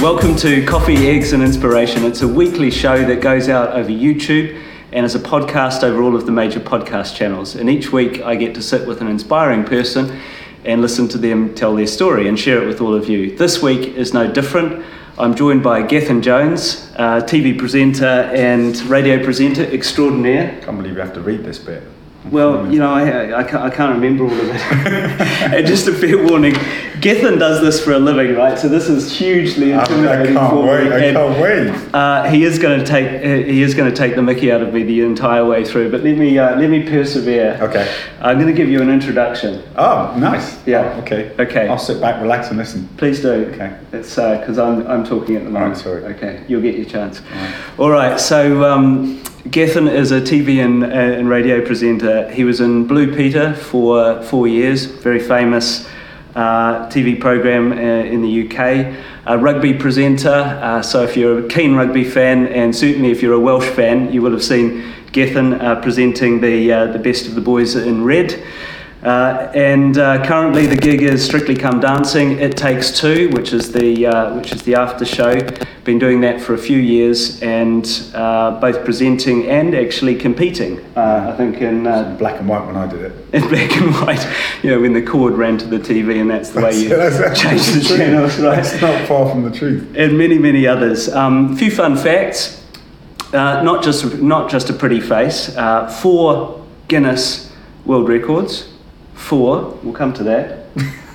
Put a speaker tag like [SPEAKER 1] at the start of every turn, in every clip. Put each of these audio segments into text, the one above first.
[SPEAKER 1] Welcome to Coffee, Eggs and Inspiration. It's a weekly show that goes out over YouTube and is a podcast over all of the major podcast channels. And each week I get to sit with an inspiring person and listen to them tell their story and share it with all of you. This week is no different. I'm joined by Gethin Jones, uh, TV presenter and radio presenter extraordinaire.
[SPEAKER 2] can't believe you have to read this bit.
[SPEAKER 1] Well, you know, I, I, can't, I can't remember all of it. and just a fair warning, Gethin does this for a living, right? So this is hugely
[SPEAKER 2] I, I
[SPEAKER 1] intimidating
[SPEAKER 2] can't
[SPEAKER 1] for
[SPEAKER 2] wait.
[SPEAKER 1] me.
[SPEAKER 2] I
[SPEAKER 1] And,
[SPEAKER 2] can't wait.
[SPEAKER 1] uh, he is going to take uh, he is going to take the Mickey out of me the entire way through. But let me uh, let me persevere.
[SPEAKER 2] Okay.
[SPEAKER 1] I'm going to give you an introduction.
[SPEAKER 2] Oh, nice.
[SPEAKER 1] Yeah.
[SPEAKER 2] Okay.
[SPEAKER 1] Okay.
[SPEAKER 2] I'll sit back, relax, and listen.
[SPEAKER 1] Please do.
[SPEAKER 2] Okay.
[SPEAKER 1] It's because I'm, I'm talking at the moment.
[SPEAKER 2] right, sorry.
[SPEAKER 1] Okay, you'll get your chance. All right, so um, Gethin is a TV and, uh, and radio presenter. He was in Blue Peter for four years, very famous uh, TV program uh, in the UK. A rugby presenter, uh, so if you're a keen rugby fan, and certainly if you're a Welsh fan, you will have seen Gethin uh, presenting the, uh, the best of the boys in red. Uh, and uh, currently, the gig is Strictly Come Dancing. It takes two, which is the uh, which is the after show. Been doing that for a few years, and uh, both presenting and actually competing. Uh, I think in uh,
[SPEAKER 2] Black and white when I did it.
[SPEAKER 1] in black and white, you know, when the cord ran to the TV, and that's the way you
[SPEAKER 2] That's actually
[SPEAKER 1] change the
[SPEAKER 2] true.
[SPEAKER 1] channels, right?
[SPEAKER 2] That's not far from the truth.
[SPEAKER 1] and many, many others. Um, few fun facts. Uh, not just not just a pretty face. Uh, four Guinness World Records. Four. We'll come to that.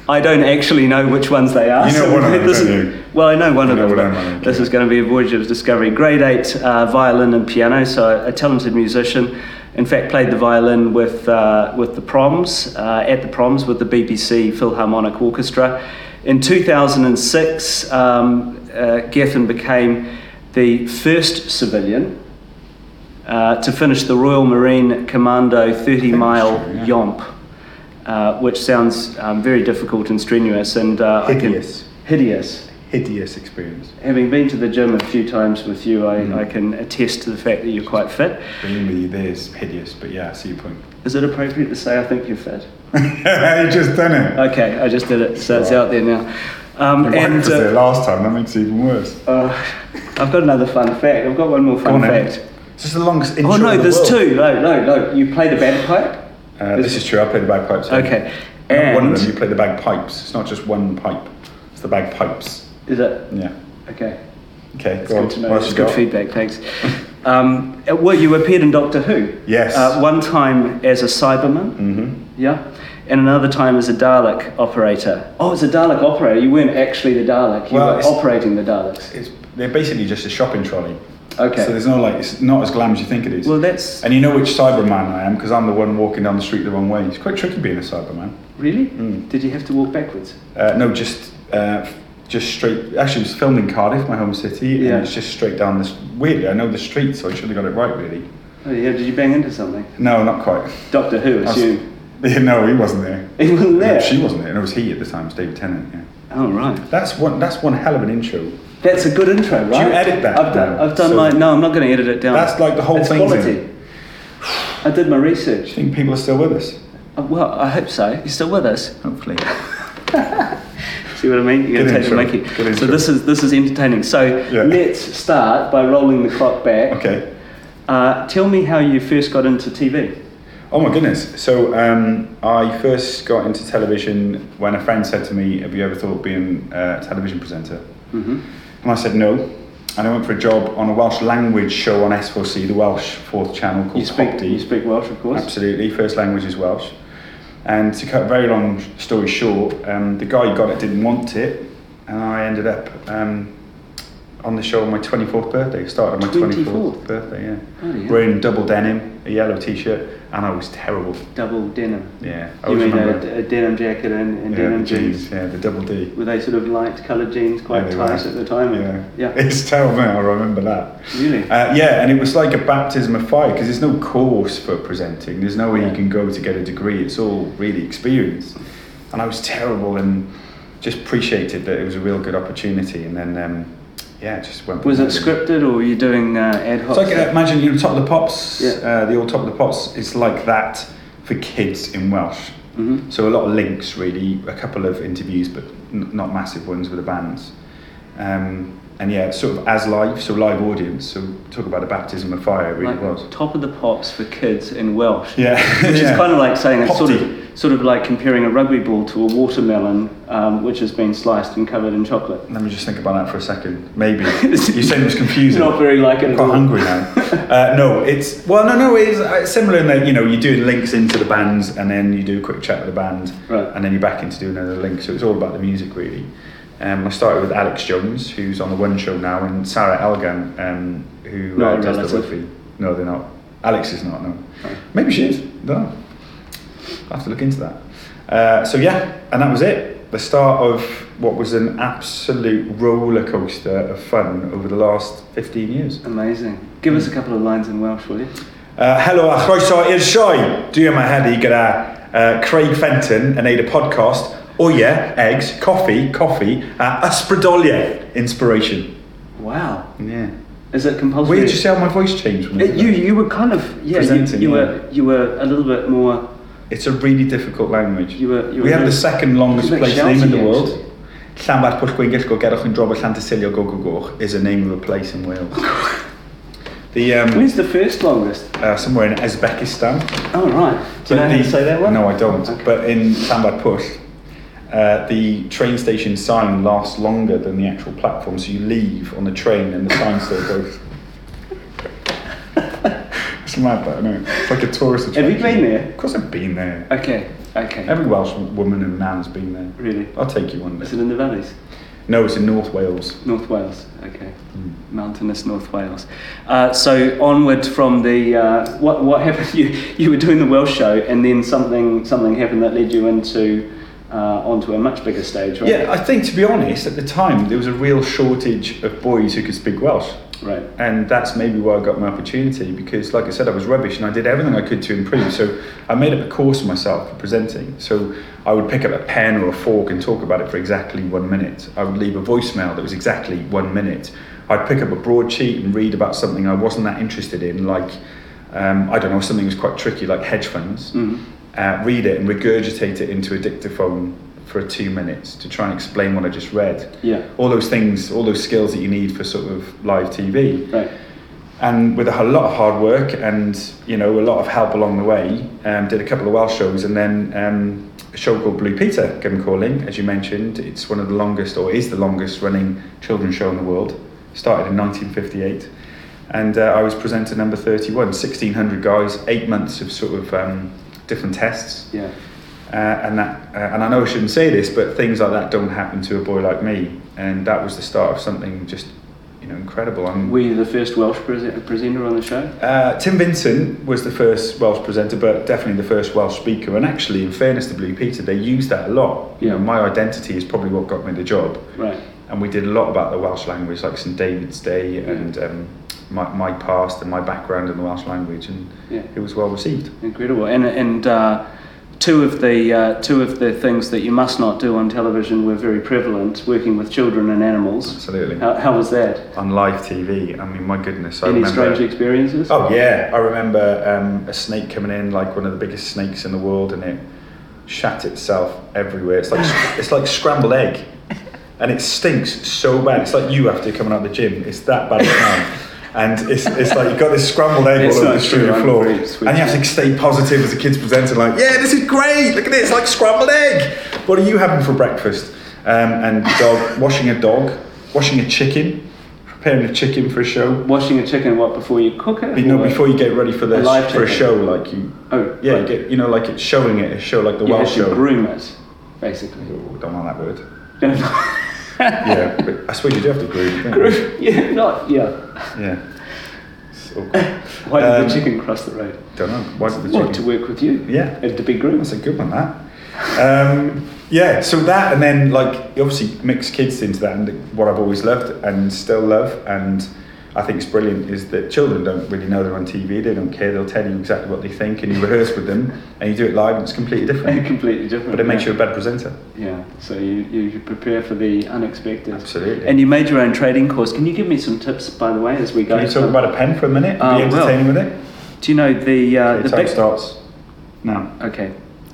[SPEAKER 1] I don't actually know which ones they are.
[SPEAKER 2] You know one of them,
[SPEAKER 1] this
[SPEAKER 2] don't
[SPEAKER 1] is-
[SPEAKER 2] you?
[SPEAKER 1] Well, I know one of
[SPEAKER 2] know
[SPEAKER 1] them.
[SPEAKER 2] one
[SPEAKER 1] but
[SPEAKER 2] of them,
[SPEAKER 1] This
[SPEAKER 2] okay.
[SPEAKER 1] is going to be a voyage of discovery. Grade eight uh, violin and piano. So a talented musician. In fact, played the violin with uh, with the Proms uh, at the Proms with the BBC Philharmonic Orchestra. In 2006, um, uh, Gethin became the first civilian uh, to finish the Royal Marine Commando 30 mile
[SPEAKER 2] so, yeah.
[SPEAKER 1] yomp, uh, which sounds um, very difficult and strenuous and uh,
[SPEAKER 2] Hideous.
[SPEAKER 1] I can, hideous.
[SPEAKER 2] Hideous experience.
[SPEAKER 1] Having been to the gym a few times with you, I,
[SPEAKER 2] Mm.
[SPEAKER 1] I can attest to the fact that you're quite fit.
[SPEAKER 2] Being with you there is hideous, but yeah, I see your point.
[SPEAKER 1] Is it appropriate to say I think you're fit?
[SPEAKER 2] you just done it.
[SPEAKER 1] Okay, I just did it, so it's
[SPEAKER 2] Right.
[SPEAKER 1] out there now. Um,
[SPEAKER 2] Your wife
[SPEAKER 1] and
[SPEAKER 2] was there
[SPEAKER 1] uh,
[SPEAKER 2] last time. That makes it even worse.
[SPEAKER 1] uh, I've got another fun fact. I've got one more
[SPEAKER 2] Go
[SPEAKER 1] fun
[SPEAKER 2] on, then.
[SPEAKER 1] fact.
[SPEAKER 2] It's just the longest intro
[SPEAKER 1] Oh no,
[SPEAKER 2] in the
[SPEAKER 1] there's
[SPEAKER 2] world.
[SPEAKER 1] two. No, no, no. You play the bagpipe.
[SPEAKER 2] Uh, this is true. I played the bagpipes.
[SPEAKER 1] Okay.
[SPEAKER 2] Not one of
[SPEAKER 1] And-
[SPEAKER 2] them. You play the bagpipes. It's not just one pipe. It's the bagpipes.
[SPEAKER 1] Is it?
[SPEAKER 2] Yeah.
[SPEAKER 1] Okay.
[SPEAKER 2] Okay.
[SPEAKER 1] It's
[SPEAKER 2] go on.
[SPEAKER 1] good to know.
[SPEAKER 2] What else
[SPEAKER 1] It's
[SPEAKER 2] you
[SPEAKER 1] good
[SPEAKER 2] got?
[SPEAKER 1] feedback. Thanks. Um, uh, well, you appeared in Doctor Who.
[SPEAKER 2] Yes.
[SPEAKER 1] Uh, one time as a Cyberman. Mm-hmm. Yeah. And another time as a Dalek operator. Oh, as a Dalek operator, you weren't actually the Dalek. You
[SPEAKER 2] Well,
[SPEAKER 1] were
[SPEAKER 2] it's-
[SPEAKER 1] operating the Daleks.
[SPEAKER 2] It's, they're basically just a shopping trolley.
[SPEAKER 1] Okay.
[SPEAKER 2] So there's no like, it's not as glam as you think it is.
[SPEAKER 1] Well, that's
[SPEAKER 2] and you know which Cyberman I am because I'm the one walking down the street the wrong way. It's quite tricky being a Cyberman.
[SPEAKER 1] really.
[SPEAKER 2] Hmm.
[SPEAKER 1] Did you have to walk backwards?
[SPEAKER 2] Uh, no, just uh, just straight. Actually, it was filmed in Cardiff, my home city,
[SPEAKER 1] Yeah.
[SPEAKER 2] and it's just straight down this. Weirdly, I know the street, so I should have got it right. Really.
[SPEAKER 1] Oh, yeah. Did you bang into something?
[SPEAKER 2] No, not quite.
[SPEAKER 1] Doctor Who,
[SPEAKER 2] I was-
[SPEAKER 1] assume.
[SPEAKER 2] Yeah, no, he wasn't there.
[SPEAKER 1] He wasn't there.
[SPEAKER 2] No, she wasn't there, and it was he at the time. It was David Tennant. Yeah.
[SPEAKER 1] Oh right.
[SPEAKER 2] That's one. That's one hell of an intro.
[SPEAKER 1] That's a good intro, right?
[SPEAKER 2] edit that
[SPEAKER 1] I've done.
[SPEAKER 2] now?
[SPEAKER 1] I've done
[SPEAKER 2] So-
[SPEAKER 1] my. No, I'm not going to edit it down.
[SPEAKER 2] That's like the whole
[SPEAKER 1] it's
[SPEAKER 2] thing's in.
[SPEAKER 1] quality. I did my research.
[SPEAKER 2] I think people are still with us.
[SPEAKER 1] Uh, Well, I hope so. You're still with us.
[SPEAKER 2] Hopefully.
[SPEAKER 1] See what I mean? You're
[SPEAKER 2] Good
[SPEAKER 1] gonna take the
[SPEAKER 2] intro.
[SPEAKER 1] Mickey.
[SPEAKER 2] Good
[SPEAKER 1] So
[SPEAKER 2] intro.
[SPEAKER 1] this is this is entertaining. So
[SPEAKER 2] Yeah.
[SPEAKER 1] let's start by rolling the clock back.
[SPEAKER 2] Okay.
[SPEAKER 1] Uh, tell me how you first got into TV.
[SPEAKER 2] Oh my goodness. So um, I first got into television when a friend said to me, Have you ever thought of being a television presenter?
[SPEAKER 1] Mm-hmm.
[SPEAKER 2] And I said no. And I went for a job on a Welsh language show on S4C, the Welsh fourth channel called
[SPEAKER 1] You speak
[SPEAKER 2] Hopdi.
[SPEAKER 1] you speak Welsh, of course.
[SPEAKER 2] Absolutely, first language is Welsh. And to cut a very long story short, um, the guy who got it didn't want it, and I ended up um, on the show on my 24th birthday. Started on my 24th,
[SPEAKER 1] 24th?
[SPEAKER 2] birthday, yeah.
[SPEAKER 1] Bloody hell.
[SPEAKER 2] Wearing double denim, a yellow t shirt, and I was terrible.
[SPEAKER 1] Double denim.
[SPEAKER 2] Yeah, I
[SPEAKER 1] You
[SPEAKER 2] always
[SPEAKER 1] mean a,
[SPEAKER 2] remember.
[SPEAKER 1] a denim jacket and, and
[SPEAKER 2] yeah,
[SPEAKER 1] denim
[SPEAKER 2] the
[SPEAKER 1] jeans.
[SPEAKER 2] jeans, yeah, the double D.
[SPEAKER 1] Were they sort of light coloured jeans, quite
[SPEAKER 2] Yeah, they
[SPEAKER 1] tight
[SPEAKER 2] were.
[SPEAKER 1] at the time?
[SPEAKER 2] Yeah. It's terrible, I remember that.
[SPEAKER 1] Really?
[SPEAKER 2] Uh, yeah, and it was like a baptism of fire because there's no course for presenting. There's nowhere you can go to get a degree. It's all really experience. And I was terrible and just appreciated that it was a real good opportunity. And then, um, yeah, it just went.
[SPEAKER 1] Was
[SPEAKER 2] from
[SPEAKER 1] it
[SPEAKER 2] there.
[SPEAKER 1] scripted or were you doing uh, ad hoc?
[SPEAKER 2] So I can
[SPEAKER 1] stuff?
[SPEAKER 2] imagine, you know, Top of the Pops,
[SPEAKER 1] Yeah.
[SPEAKER 2] uh, the old Top of the Pops, it's like that for kids in Welsh.
[SPEAKER 1] Mhm.
[SPEAKER 2] So a lot of links, really, a couple of interviews, but n- not massive ones with the bands. Um, and yeah, sort of as live, so live audience. So talk about a baptism of fire, it really
[SPEAKER 1] like
[SPEAKER 2] was.
[SPEAKER 1] top of the pops for kids in Welsh.
[SPEAKER 2] Yeah,
[SPEAKER 1] Which
[SPEAKER 2] yeah.
[SPEAKER 1] is kind of like saying it's sort
[SPEAKER 2] Popty.
[SPEAKER 1] of, sort of like comparing a rugby ball to a watermelon, um, which has been sliced and covered in chocolate.
[SPEAKER 2] Let me just think about that for a second. Maybe you said it was confusing.
[SPEAKER 1] Not very like it
[SPEAKER 2] I'm
[SPEAKER 1] at
[SPEAKER 2] quite
[SPEAKER 1] all.
[SPEAKER 2] hungry now. Uh, no, it's well, no, no, it's uh, similar in that you know you do links into the bands, and then you do a quick chat with the band,
[SPEAKER 1] Right.
[SPEAKER 2] and then you're back into doing another link. So it's all about the music, really. Um, I started with Alex Jones, who's on the One Show now, and Sarah Elgan, um, who uh,
[SPEAKER 1] Not a
[SPEAKER 2] does the
[SPEAKER 1] relative.
[SPEAKER 2] Woofy. No, they're not. Alex is not. No, maybe she is. No, I have to look into that. Uh, so yeah, and that was it. The start of what was an absolute roller coaster of fun over the last 15 years.
[SPEAKER 1] Amazing. Give us a couple of lines in Welsh, will you?
[SPEAKER 2] Uh, helo a chroeso i'r sioe. Dwi yma heddi gyda uh, Craig Fenton yn neud y podcast O ie, eggs, coffi, coffi a ysbrydoliaeth inspiration.
[SPEAKER 1] Wow.
[SPEAKER 2] Yeah.
[SPEAKER 1] Is it compulsory?
[SPEAKER 2] Weird to see how my voice changed when I
[SPEAKER 1] Uh,
[SPEAKER 2] did
[SPEAKER 1] you
[SPEAKER 2] that.
[SPEAKER 1] you were kind of yeah you,
[SPEAKER 2] Presenting,
[SPEAKER 1] you
[SPEAKER 2] yeah.
[SPEAKER 1] were you were a little bit more
[SPEAKER 2] It's a really difficult language.
[SPEAKER 1] You were- you
[SPEAKER 2] we
[SPEAKER 1] were
[SPEAKER 2] have the
[SPEAKER 1] really-
[SPEAKER 2] second longest
[SPEAKER 1] you were
[SPEAKER 2] place name in the
[SPEAKER 1] shouting,
[SPEAKER 2] world. Llanbar Pwll Gwyngell Go Gerwch yn Drobo Llantysilio Go Go Goch is the name of a place in Wales. the um,
[SPEAKER 1] where's the first longest
[SPEAKER 2] uh, somewhere in Uzbekistan.
[SPEAKER 1] oh right do you know
[SPEAKER 2] But
[SPEAKER 1] how
[SPEAKER 2] the-
[SPEAKER 1] to say that one
[SPEAKER 2] No, I don't.
[SPEAKER 1] Okay.
[SPEAKER 2] But in Sandbad Push, uh, the train station sign lasts longer than the actual platform, so you leave on the train and the sign still goes. it's mad, that, I know. It's like a tourist
[SPEAKER 1] Have
[SPEAKER 2] attraction.
[SPEAKER 1] you been there?
[SPEAKER 2] Of course, I've been there.
[SPEAKER 1] okay okay
[SPEAKER 2] Every Welsh woman and man's been there.
[SPEAKER 1] really
[SPEAKER 2] I'll take you one
[SPEAKER 1] is
[SPEAKER 2] day.
[SPEAKER 1] it in the valleys
[SPEAKER 2] No, it's in North Wales.
[SPEAKER 1] North Wales okay
[SPEAKER 2] Hmm.
[SPEAKER 1] mountainous North Wales uh, so onward from the uh, what what happened you you were doing the Welsh show and then something something happened that led you into uh, onto a much bigger stage right
[SPEAKER 2] Yeah, I think to be honest, at the time there was a real shortage of boys who could speak Welsh.
[SPEAKER 1] right
[SPEAKER 2] and that's maybe why I got my opportunity because, like I said, I was rubbish and I did everything I could to improve. So I made up a course for myself for presenting. So I would pick up a pen or a fork and talk about it for exactly one minute. I would leave a voicemail that was exactly one minute. I'd pick up a broadsheet and read about something I wasn't that interested in, like um, I don't know, something that was quite tricky, like hedge funds.
[SPEAKER 1] Mm-hmm.
[SPEAKER 2] Uh, read it and regurgitate it into a dictaphone for two minutes to try and explain what I just read
[SPEAKER 1] yeah
[SPEAKER 2] all those things, all those skills that you need for sort of live TV.
[SPEAKER 1] right
[SPEAKER 2] And with a h- lot of hard work and you know a lot of help along the way, um, did a couple of Welsh shows and then um, a show called Blue Peter came calling. As you mentioned, it's one of the longest or is the longest running children's show in the world. Started in 1958, and uh, I was presenter number 31. 1600 guys, eight months of sort of um, different tests
[SPEAKER 1] yeah
[SPEAKER 2] uh, and that uh, and I know I shouldn't say this, but things like that don't happen to a boy like me, and that was the start of something just you know incredible. I'm,
[SPEAKER 1] were you the first Welsh prese- presenter on the show
[SPEAKER 2] uh, Tim Vincent was the first Welsh presenter, but definitely the first Welsh speaker. And actually, in fairness to Blue Peter, they used that a lot. You know,
[SPEAKER 1] Yeah.
[SPEAKER 2] my identity is probably what got me the job.
[SPEAKER 1] right
[SPEAKER 2] and we did a lot about the Welsh language, like St David's Day and um, my, my past and my background in the Welsh language, and
[SPEAKER 1] Yeah.
[SPEAKER 2] it was well received.
[SPEAKER 1] Incredible. And and uh, two of the uh, two of the things that you must not do on television were very prevalent. Working with children and animals.
[SPEAKER 2] Absolutely.
[SPEAKER 1] How, how was that?
[SPEAKER 2] On live TV, I mean, my goodness, I
[SPEAKER 1] Uh, Any
[SPEAKER 2] remember.
[SPEAKER 1] strange experiences?
[SPEAKER 2] Oh yeah, I remember um, a snake coming in, like one of the biggest snakes in the world, and it shat itself everywhere. It's like it's like scrambled egg, and it stinks so bad. It's like you after coming out of the gym. It's that bad now. And it's, it's like you've got this scrambled egg
[SPEAKER 1] It's
[SPEAKER 2] all over
[SPEAKER 1] not
[SPEAKER 2] the studio
[SPEAKER 1] true, I'm
[SPEAKER 2] floor.
[SPEAKER 1] very sweet.
[SPEAKER 2] And you have to stay positive as a kid's presenter, like, yeah, this is great, look at it, it's like scrambled egg. What are you having for breakfast? Um, and dog, washing a dog, washing a chicken, preparing a chicken for a show.
[SPEAKER 1] Washing a chicken what before you cook it?
[SPEAKER 2] But you know,
[SPEAKER 1] Or- uh,
[SPEAKER 2] before you get ready for the
[SPEAKER 1] a live
[SPEAKER 2] for a
[SPEAKER 1] chicken.
[SPEAKER 2] show, like you,
[SPEAKER 1] Oh
[SPEAKER 2] yeah,
[SPEAKER 1] right.
[SPEAKER 2] you, get, you know, like it's showing it, a show like the
[SPEAKER 1] You
[SPEAKER 2] Welsh
[SPEAKER 1] actually
[SPEAKER 2] show.
[SPEAKER 1] groom it, basically.
[SPEAKER 2] Oh, don't like that word. Yeah, but I suppose you do have to groom. Don't you?
[SPEAKER 1] yeah, not yeah.
[SPEAKER 2] Yeah. It's awkward.
[SPEAKER 1] Why did
[SPEAKER 2] Um,
[SPEAKER 1] the chicken cross the road?
[SPEAKER 2] don't know. Why did the
[SPEAKER 1] What to
[SPEAKER 2] chicken?
[SPEAKER 1] work with you?
[SPEAKER 2] Yeah.
[SPEAKER 1] And to be groomed.
[SPEAKER 2] That's a good one. That. Um, yeah. So that, and then like you obviously mix kids into that, and what I've always loved and still love, and I think it's brilliant is that children don't really know they're on TV. They don't care. They'll tell you exactly what they think, and you rehearse with them, and you do it live, and it's completely different.
[SPEAKER 1] Completely different.
[SPEAKER 2] But it makes
[SPEAKER 1] yeah.
[SPEAKER 2] you a better presenter.
[SPEAKER 1] Yeah. So you, you prepare for the unexpected.
[SPEAKER 2] Absolutely.
[SPEAKER 1] And you made your own trading course. Can you give me some tips, by the way, as we go?
[SPEAKER 2] Can you talk about a pen for a minute?
[SPEAKER 1] Uh,
[SPEAKER 2] Be
[SPEAKER 1] well,
[SPEAKER 2] entertaining with it?
[SPEAKER 1] Do you know the uh,
[SPEAKER 2] Okay,
[SPEAKER 1] the
[SPEAKER 2] time
[SPEAKER 1] big?
[SPEAKER 2] starts now.
[SPEAKER 1] Okay,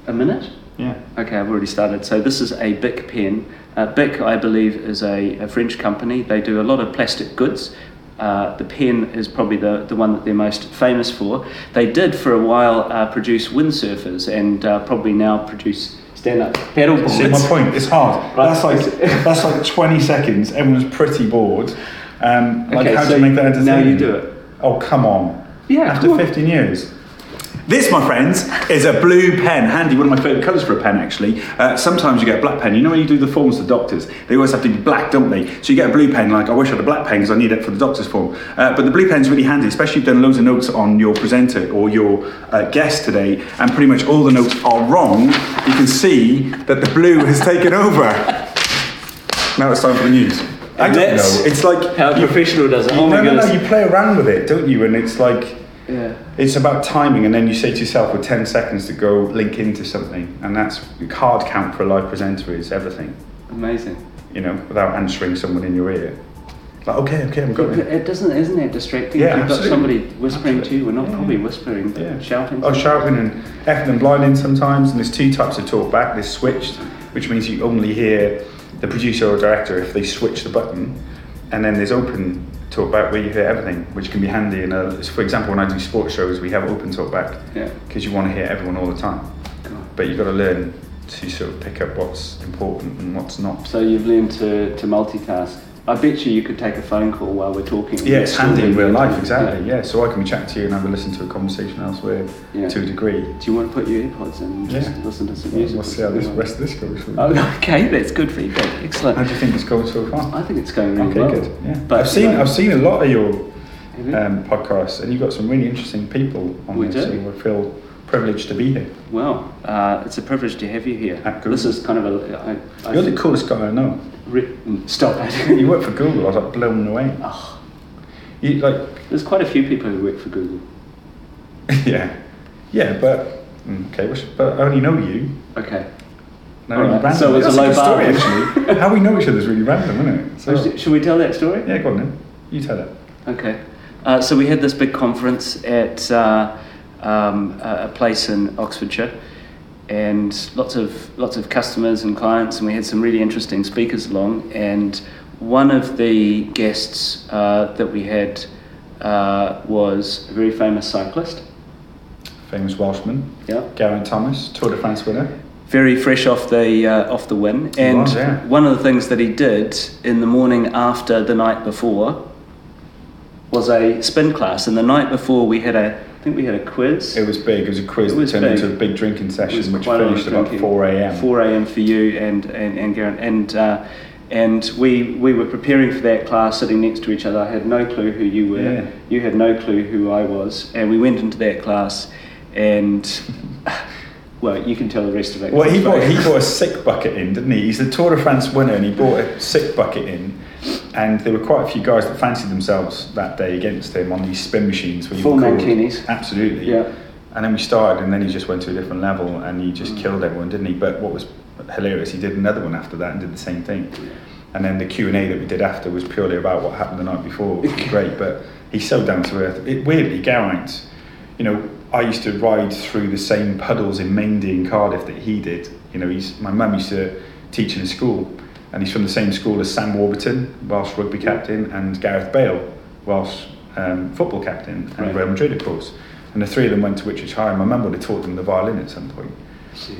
[SPEAKER 1] a minute.
[SPEAKER 2] Yeah.
[SPEAKER 1] Okay, I've already started. So this is a Bic pen. Uh, Bic, I believe, is a, a French company. They do a lot of plastic goods. Uh, the pen is probably the, the one that they're most famous for. They did for a while uh, produce windsurfers and uh, probably now produce stand-up paddle boards.
[SPEAKER 2] See, my point, it's hard. That's like that's like 20 seconds. Everyone's pretty bored. Um, like,
[SPEAKER 1] Okay,
[SPEAKER 2] how
[SPEAKER 1] so
[SPEAKER 2] do you make that entertaining?
[SPEAKER 1] now you do it.
[SPEAKER 2] Oh, come on.
[SPEAKER 1] Yeah,
[SPEAKER 2] After
[SPEAKER 1] cool.
[SPEAKER 2] 15 years. This, my friends, is a blue pen. Handy, one of my favourite colours for a pen, actually. Uh, sometimes you get a black pen. You know when you do the forms for doctors, they always have to be black, don't they? So you get a blue pen, like, I wish I had a black pen because I need it for the doctor's form. Uh, but the blue pen's really handy, especially if you've done loads of notes on your presenter or your uh, guest today, and pretty much all the notes are wrong. You can see that the blue has taken over. Now it's time for the news. I
[SPEAKER 1] And
[SPEAKER 2] don't
[SPEAKER 1] that's
[SPEAKER 2] know. It's like
[SPEAKER 1] How a
[SPEAKER 2] you-
[SPEAKER 1] professional does it?
[SPEAKER 2] you-
[SPEAKER 1] Oh my
[SPEAKER 2] no, no,
[SPEAKER 1] goodness.
[SPEAKER 2] no, you play around with it, don't you? And it's like
[SPEAKER 1] Yeah.
[SPEAKER 2] it's about timing, and then you say to yourself with ten seconds to go link into something, and that's your card count for a live presenter is everything,
[SPEAKER 1] Amazing.
[SPEAKER 2] you know, without answering someone in your ear. Like, okay, okay, I'm
[SPEAKER 1] But
[SPEAKER 2] going.
[SPEAKER 1] it doesn't, isn't that distracting?
[SPEAKER 2] Yeah,
[SPEAKER 1] If You've got
[SPEAKER 2] absolutely.
[SPEAKER 1] somebody whispering to you. We're not probably whispering, but
[SPEAKER 2] Yeah.
[SPEAKER 1] shouting.
[SPEAKER 2] Oh, shouting and effing and blinding sometimes, and there's two types of talk back. There's switched, which means you only hear the producer or director if they switch the button, and then there's open talk back where you hear everything, which can be handy. In a, for example, when I do sports shows, we have open talk back
[SPEAKER 1] Yeah.
[SPEAKER 2] because you want to hear everyone all the time,
[SPEAKER 1] God.
[SPEAKER 2] but you've got to learn to sort of pick up what's important and what's not.
[SPEAKER 1] So you've learned to, to multitask. I bet you you could take a phone call while we're talking.
[SPEAKER 2] Yeah, it's handy in real life, exactly.
[SPEAKER 1] Yeah.
[SPEAKER 2] Yeah, so I can be chatting to you and have a listen to a conversation elsewhere
[SPEAKER 1] Yeah.
[SPEAKER 2] to a degree.
[SPEAKER 1] Do you want to put your AirPods in and just
[SPEAKER 2] Yeah.
[SPEAKER 1] listen to some music?
[SPEAKER 2] We'll
[SPEAKER 1] or
[SPEAKER 2] see how this
[SPEAKER 1] something
[SPEAKER 2] rest of this goes.
[SPEAKER 1] like that? Oh, okay, that's good feedback.
[SPEAKER 2] How do
[SPEAKER 1] Excellent.
[SPEAKER 2] you think it's going so far?
[SPEAKER 1] I think it's going really
[SPEAKER 2] Okay,
[SPEAKER 1] well.
[SPEAKER 2] good. Yeah.
[SPEAKER 1] But
[SPEAKER 2] I've seen
[SPEAKER 1] um,
[SPEAKER 2] I've seen a lot of your
[SPEAKER 1] have you?
[SPEAKER 2] um, podcasts, and you've got some really interesting people on
[SPEAKER 1] We
[SPEAKER 2] there.
[SPEAKER 1] do.
[SPEAKER 2] So I feel privileged to be here.
[SPEAKER 1] well, uh, it's a privilege to have you here.
[SPEAKER 2] At Google.
[SPEAKER 1] This is kind of a. I, I
[SPEAKER 2] Ah, You're the coolest guy I know.
[SPEAKER 1] re- mm, stop it.
[SPEAKER 2] You work for Google. I was like blown away.
[SPEAKER 1] oh,
[SPEAKER 2] You like,
[SPEAKER 1] there's quite a few people who work for Google.
[SPEAKER 2] yeah, yeah, but mm, okay, we should- but I only know you.
[SPEAKER 1] Okay.
[SPEAKER 2] No,
[SPEAKER 1] All right,
[SPEAKER 2] random.
[SPEAKER 1] so it's a
[SPEAKER 2] That's
[SPEAKER 1] low
[SPEAKER 2] good story,
[SPEAKER 1] bar.
[SPEAKER 2] actually. How we know each other is really random, isn't it? So,
[SPEAKER 1] So, Oh, should we tell that story?
[SPEAKER 2] yeah, go on then. You tell it.
[SPEAKER 1] Okay. Uh, so we had this big conference at uh, um, a a place in Oxfordshire, and lots of lots of customers and clients, and we had some really interesting speakers along. And one of the guests uh, that we had uh, was a very famous cyclist.
[SPEAKER 2] Famous Welshman,
[SPEAKER 1] Yeah.
[SPEAKER 2] Geraint Thomas, Tour de France winner.
[SPEAKER 1] very fresh off the uh, off the win.
[SPEAKER 2] He
[SPEAKER 1] And
[SPEAKER 2] was, yeah.
[SPEAKER 1] one of the things that he did in the morning after the night before was a spin class. And the night before we had a, I think we had a quiz.
[SPEAKER 2] It was big. It was a quiz
[SPEAKER 1] It was
[SPEAKER 2] that turned
[SPEAKER 1] big.
[SPEAKER 2] into a big drinking
[SPEAKER 1] It was
[SPEAKER 2] session, which
[SPEAKER 1] quite a lot of
[SPEAKER 2] finished about
[SPEAKER 1] drinking.
[SPEAKER 2] 4 a.m.
[SPEAKER 1] 4 a.m. for you and and and Garen. and. Uh, and we, we were preparing for that class sitting next to each other. I had no clue who you were.
[SPEAKER 2] Yeah.
[SPEAKER 1] You had no clue who I was. And we went into that class, and well, you can tell the rest of it.
[SPEAKER 2] Well, he bought, he bought a sick bucket in, didn't he? He's the Tour de France winner and he bought a sick bucket in. And there were quite a few guys that fancied themselves that day against him on these spin machines. where you
[SPEAKER 1] Full
[SPEAKER 2] record.
[SPEAKER 1] mankinis.
[SPEAKER 2] Absolutely.
[SPEAKER 1] Yeah.
[SPEAKER 2] And then we started, and then he just went to a different level and he just killed everyone, didn't he? But what was hilarious, he did another one after that and did the same thing. And then the Q and A that we did after was purely about what happened the night before, which was great. But he's so down to earth. It, weirdly, Geraint, you know, I used to ride through the same puddles in Mendy and Cardiff that he did. You know, he's my mum used to teach in school, and he's from the same school as Sam Warburton, Welsh rugby captain, and Gareth Bale, Welsh um, football captain, and
[SPEAKER 1] Right.
[SPEAKER 2] Real Madrid, of course. And the three of them went to Whitchurch High. and My mum would have taught them the violin at some point.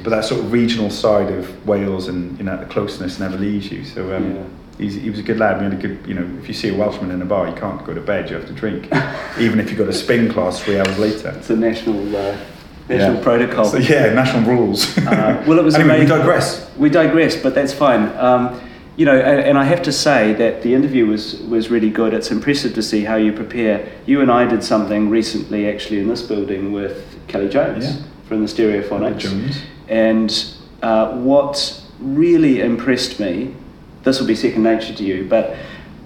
[SPEAKER 2] But that sort of regional side of Wales and you know the closeness never leaves you. So um,
[SPEAKER 1] Yeah.
[SPEAKER 2] he's, he was a good lad. We had a good, you know, if you see a Welshman in a bar, you can't go to bed. You have to drink, even if you've got a spin class three hours later.
[SPEAKER 1] It's a national uh, national
[SPEAKER 2] Yeah.
[SPEAKER 1] protocol.
[SPEAKER 2] So, yeah, national rules.
[SPEAKER 1] Uh, well, it was
[SPEAKER 2] anyway. We
[SPEAKER 1] amazing.
[SPEAKER 2] digress.
[SPEAKER 1] We digress, but that's fine. Um, you know, and, and I have to say that the interview was was really good. It's impressive to see how you prepare. You and I did something recently, actually, in this building with Kelly Jones
[SPEAKER 2] Yeah.
[SPEAKER 1] from the Stereophonics,
[SPEAKER 2] Kelly Jones.
[SPEAKER 1] and uh, what really impressed me. This will be second nature to you, but.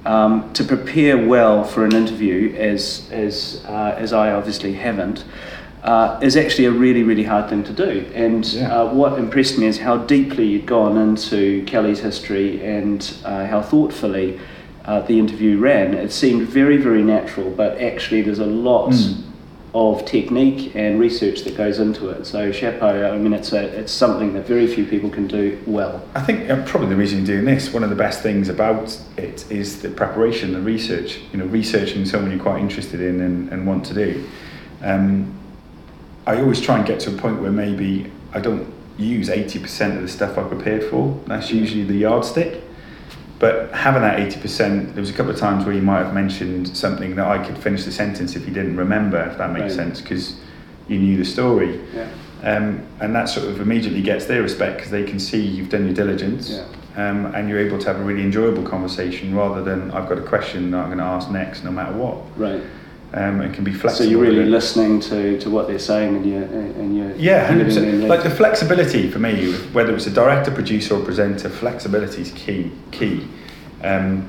[SPEAKER 1] Um, to prepare well for an interview, as as uh, as I obviously haven't, uh, is actually a really really hard thing to do. And
[SPEAKER 2] Yeah.
[SPEAKER 1] uh, what impressed me is how deeply you'd gone into Kelly's history and uh, how thoughtfully
[SPEAKER 2] Hmm.
[SPEAKER 1] uh, the interview ran. It seemed very, very natural, but actually, there's a lot of technique and research that goes into it. So chapeau, I mean, it's, a, it's something that very few people can do well.
[SPEAKER 2] I think uh, probably the reason you're doing this, one of the best things about it is the preparation, the research, you know, researching someone you're quite interested in and, and want to do. Um, I always try and get to a point where maybe I don't use 80% of the stuff I prepared for. That's usually the yardstick. But having that 80%, there was a couple of times where you might have mentioned something that I could finish the sentence if you didn't remember, if that makes
[SPEAKER 1] Right.
[SPEAKER 2] sense, because you knew the story.
[SPEAKER 1] Yeah.
[SPEAKER 2] Um, and that sort of immediately gets their respect because they can see you've done your diligence
[SPEAKER 1] Yeah.
[SPEAKER 2] um, and you're able to have a really enjoyable conversation rather than I've got a question that I'm going to ask next no matter what.
[SPEAKER 1] Right.
[SPEAKER 2] Um, it can be
[SPEAKER 1] So
[SPEAKER 2] flexible.
[SPEAKER 1] you're really
[SPEAKER 2] with it.
[SPEAKER 1] listening to, to what they're saying and you're, and you're
[SPEAKER 2] Yeah,
[SPEAKER 1] you're
[SPEAKER 2] hundred
[SPEAKER 1] letting them
[SPEAKER 2] percent.
[SPEAKER 1] lead.
[SPEAKER 2] Like the flexibility for me, whether it's a director, producer, or presenter, flexibility is key. Key. Um,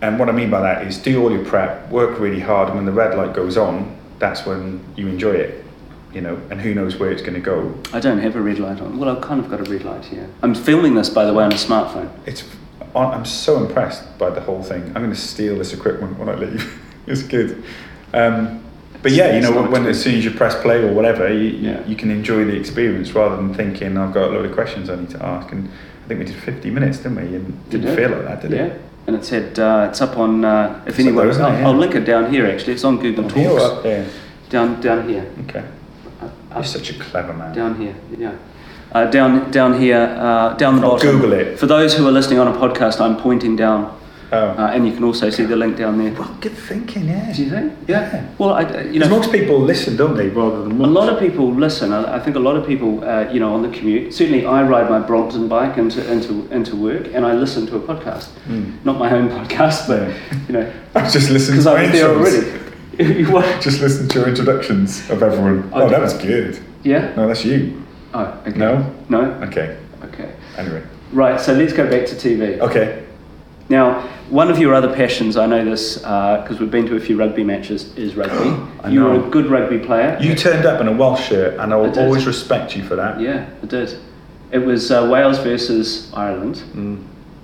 [SPEAKER 2] and what I mean by that is do all your prep, work really hard, and when the red light goes on, that's when you enjoy it. You know, and who knows where it's going to go.
[SPEAKER 1] I don't have a red light on. Well, I've kind of got a red light here. I'm filming this, by the way, on a smartphone.
[SPEAKER 2] It's. I- I'm so impressed by the whole thing. I'm going to steal this equipment when I leave. it's good. Um, but yeah, you
[SPEAKER 1] It's
[SPEAKER 2] know,
[SPEAKER 1] not
[SPEAKER 2] when as soon as you press play or whatever, you,
[SPEAKER 1] Yeah.
[SPEAKER 2] you can enjoy the experience rather than thinking I've got a lot of questions I need to ask. And I think we did 50 minutes, didn't we? And didn't
[SPEAKER 1] Did it?
[SPEAKER 2] feel like that, did
[SPEAKER 1] yeah.
[SPEAKER 2] it?
[SPEAKER 1] And it's had, uh, it's up on, uh, if
[SPEAKER 2] It's up
[SPEAKER 1] anyone,
[SPEAKER 2] there, isn't it?
[SPEAKER 1] I'll,
[SPEAKER 2] Yeah.
[SPEAKER 1] I'll link it down here actually. It's on Google
[SPEAKER 2] Here or
[SPEAKER 1] Talks.
[SPEAKER 2] up there?
[SPEAKER 1] Down, down here.
[SPEAKER 2] Okay.
[SPEAKER 1] Uh,
[SPEAKER 2] You're
[SPEAKER 1] up-
[SPEAKER 2] such a clever man.
[SPEAKER 1] down here, yeah. Uh, down, down here, uh, down the
[SPEAKER 2] I'll
[SPEAKER 1] bottom.
[SPEAKER 2] Google it.
[SPEAKER 1] For those who are listening on a podcast, I'm pointing down,
[SPEAKER 2] Oh.
[SPEAKER 1] uh, and you can also see the link down there.
[SPEAKER 2] well, good thinking, yeah.
[SPEAKER 1] Do you think?
[SPEAKER 2] Yeah.
[SPEAKER 1] Well, I, you know,
[SPEAKER 2] Because most people listen, don't they, rather than
[SPEAKER 1] A lot of people listen. I I think a lot of people, uh, you know, on the commute. Certainly, I ride my Brompton bike into into into work, and I listen to a podcast,
[SPEAKER 2] Hmm.
[SPEAKER 1] not my own podcast, but you know,
[SPEAKER 2] I just listen
[SPEAKER 1] because
[SPEAKER 2] to
[SPEAKER 1] I was there
[SPEAKER 2] intros.
[SPEAKER 1] already. You what?
[SPEAKER 2] Just listen to your introductions of everyone.
[SPEAKER 1] I
[SPEAKER 2] Oh,
[SPEAKER 1] did.
[SPEAKER 2] that was good.
[SPEAKER 1] Yeah.
[SPEAKER 2] No, that's you.
[SPEAKER 1] Oh, okay.
[SPEAKER 2] No?
[SPEAKER 1] No.
[SPEAKER 2] Okay.
[SPEAKER 1] Okay.
[SPEAKER 2] Anyway.
[SPEAKER 1] Right. So let's go back to TV.
[SPEAKER 2] Okay.
[SPEAKER 1] Now, one of your other passions, I know this because we've been to a few rugby matches, is rugby.
[SPEAKER 2] I
[SPEAKER 1] you were
[SPEAKER 2] know.
[SPEAKER 1] a good rugby player.
[SPEAKER 2] You turned up in a Welsh shirt, and I
[SPEAKER 1] I
[SPEAKER 2] will
[SPEAKER 1] did.
[SPEAKER 2] always respect you for that.
[SPEAKER 1] Yeah, it did. It was uh, Wales versus Ireland,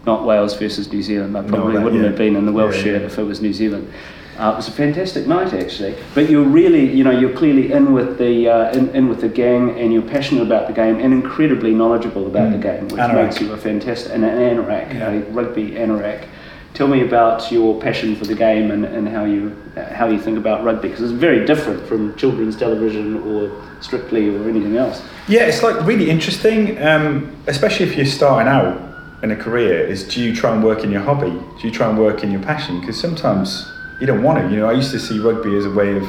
[SPEAKER 1] not Wales versus New Zealand. I probably
[SPEAKER 2] Mm. that-
[SPEAKER 1] wouldn't
[SPEAKER 2] yeah.
[SPEAKER 1] have been in the Welsh
[SPEAKER 2] Yeah,
[SPEAKER 1] shirt
[SPEAKER 2] yeah.
[SPEAKER 1] if it was New Zealand. Uh, it was a fantastic night actually. But you're really, you know, you're clearly in with the uh, in, in with the gang, and you're passionate about the game and incredibly knowledgeable about the game, which
[SPEAKER 2] Mm. Anorak.
[SPEAKER 1] makes you a fantastic and an anorak,
[SPEAKER 2] Yeah.
[SPEAKER 1] a rugby anorak. Tell me about your passion for the game and, and how you uh, how you think about rugby because it's very different from children's television or strictly or anything else.
[SPEAKER 2] Yeah, it's like really interesting, um, especially if you're starting out in a career. Is do you try and work in your hobby? Do you try and work in your passion? Because sometimes you don't want to. You know, I used to see rugby as a way of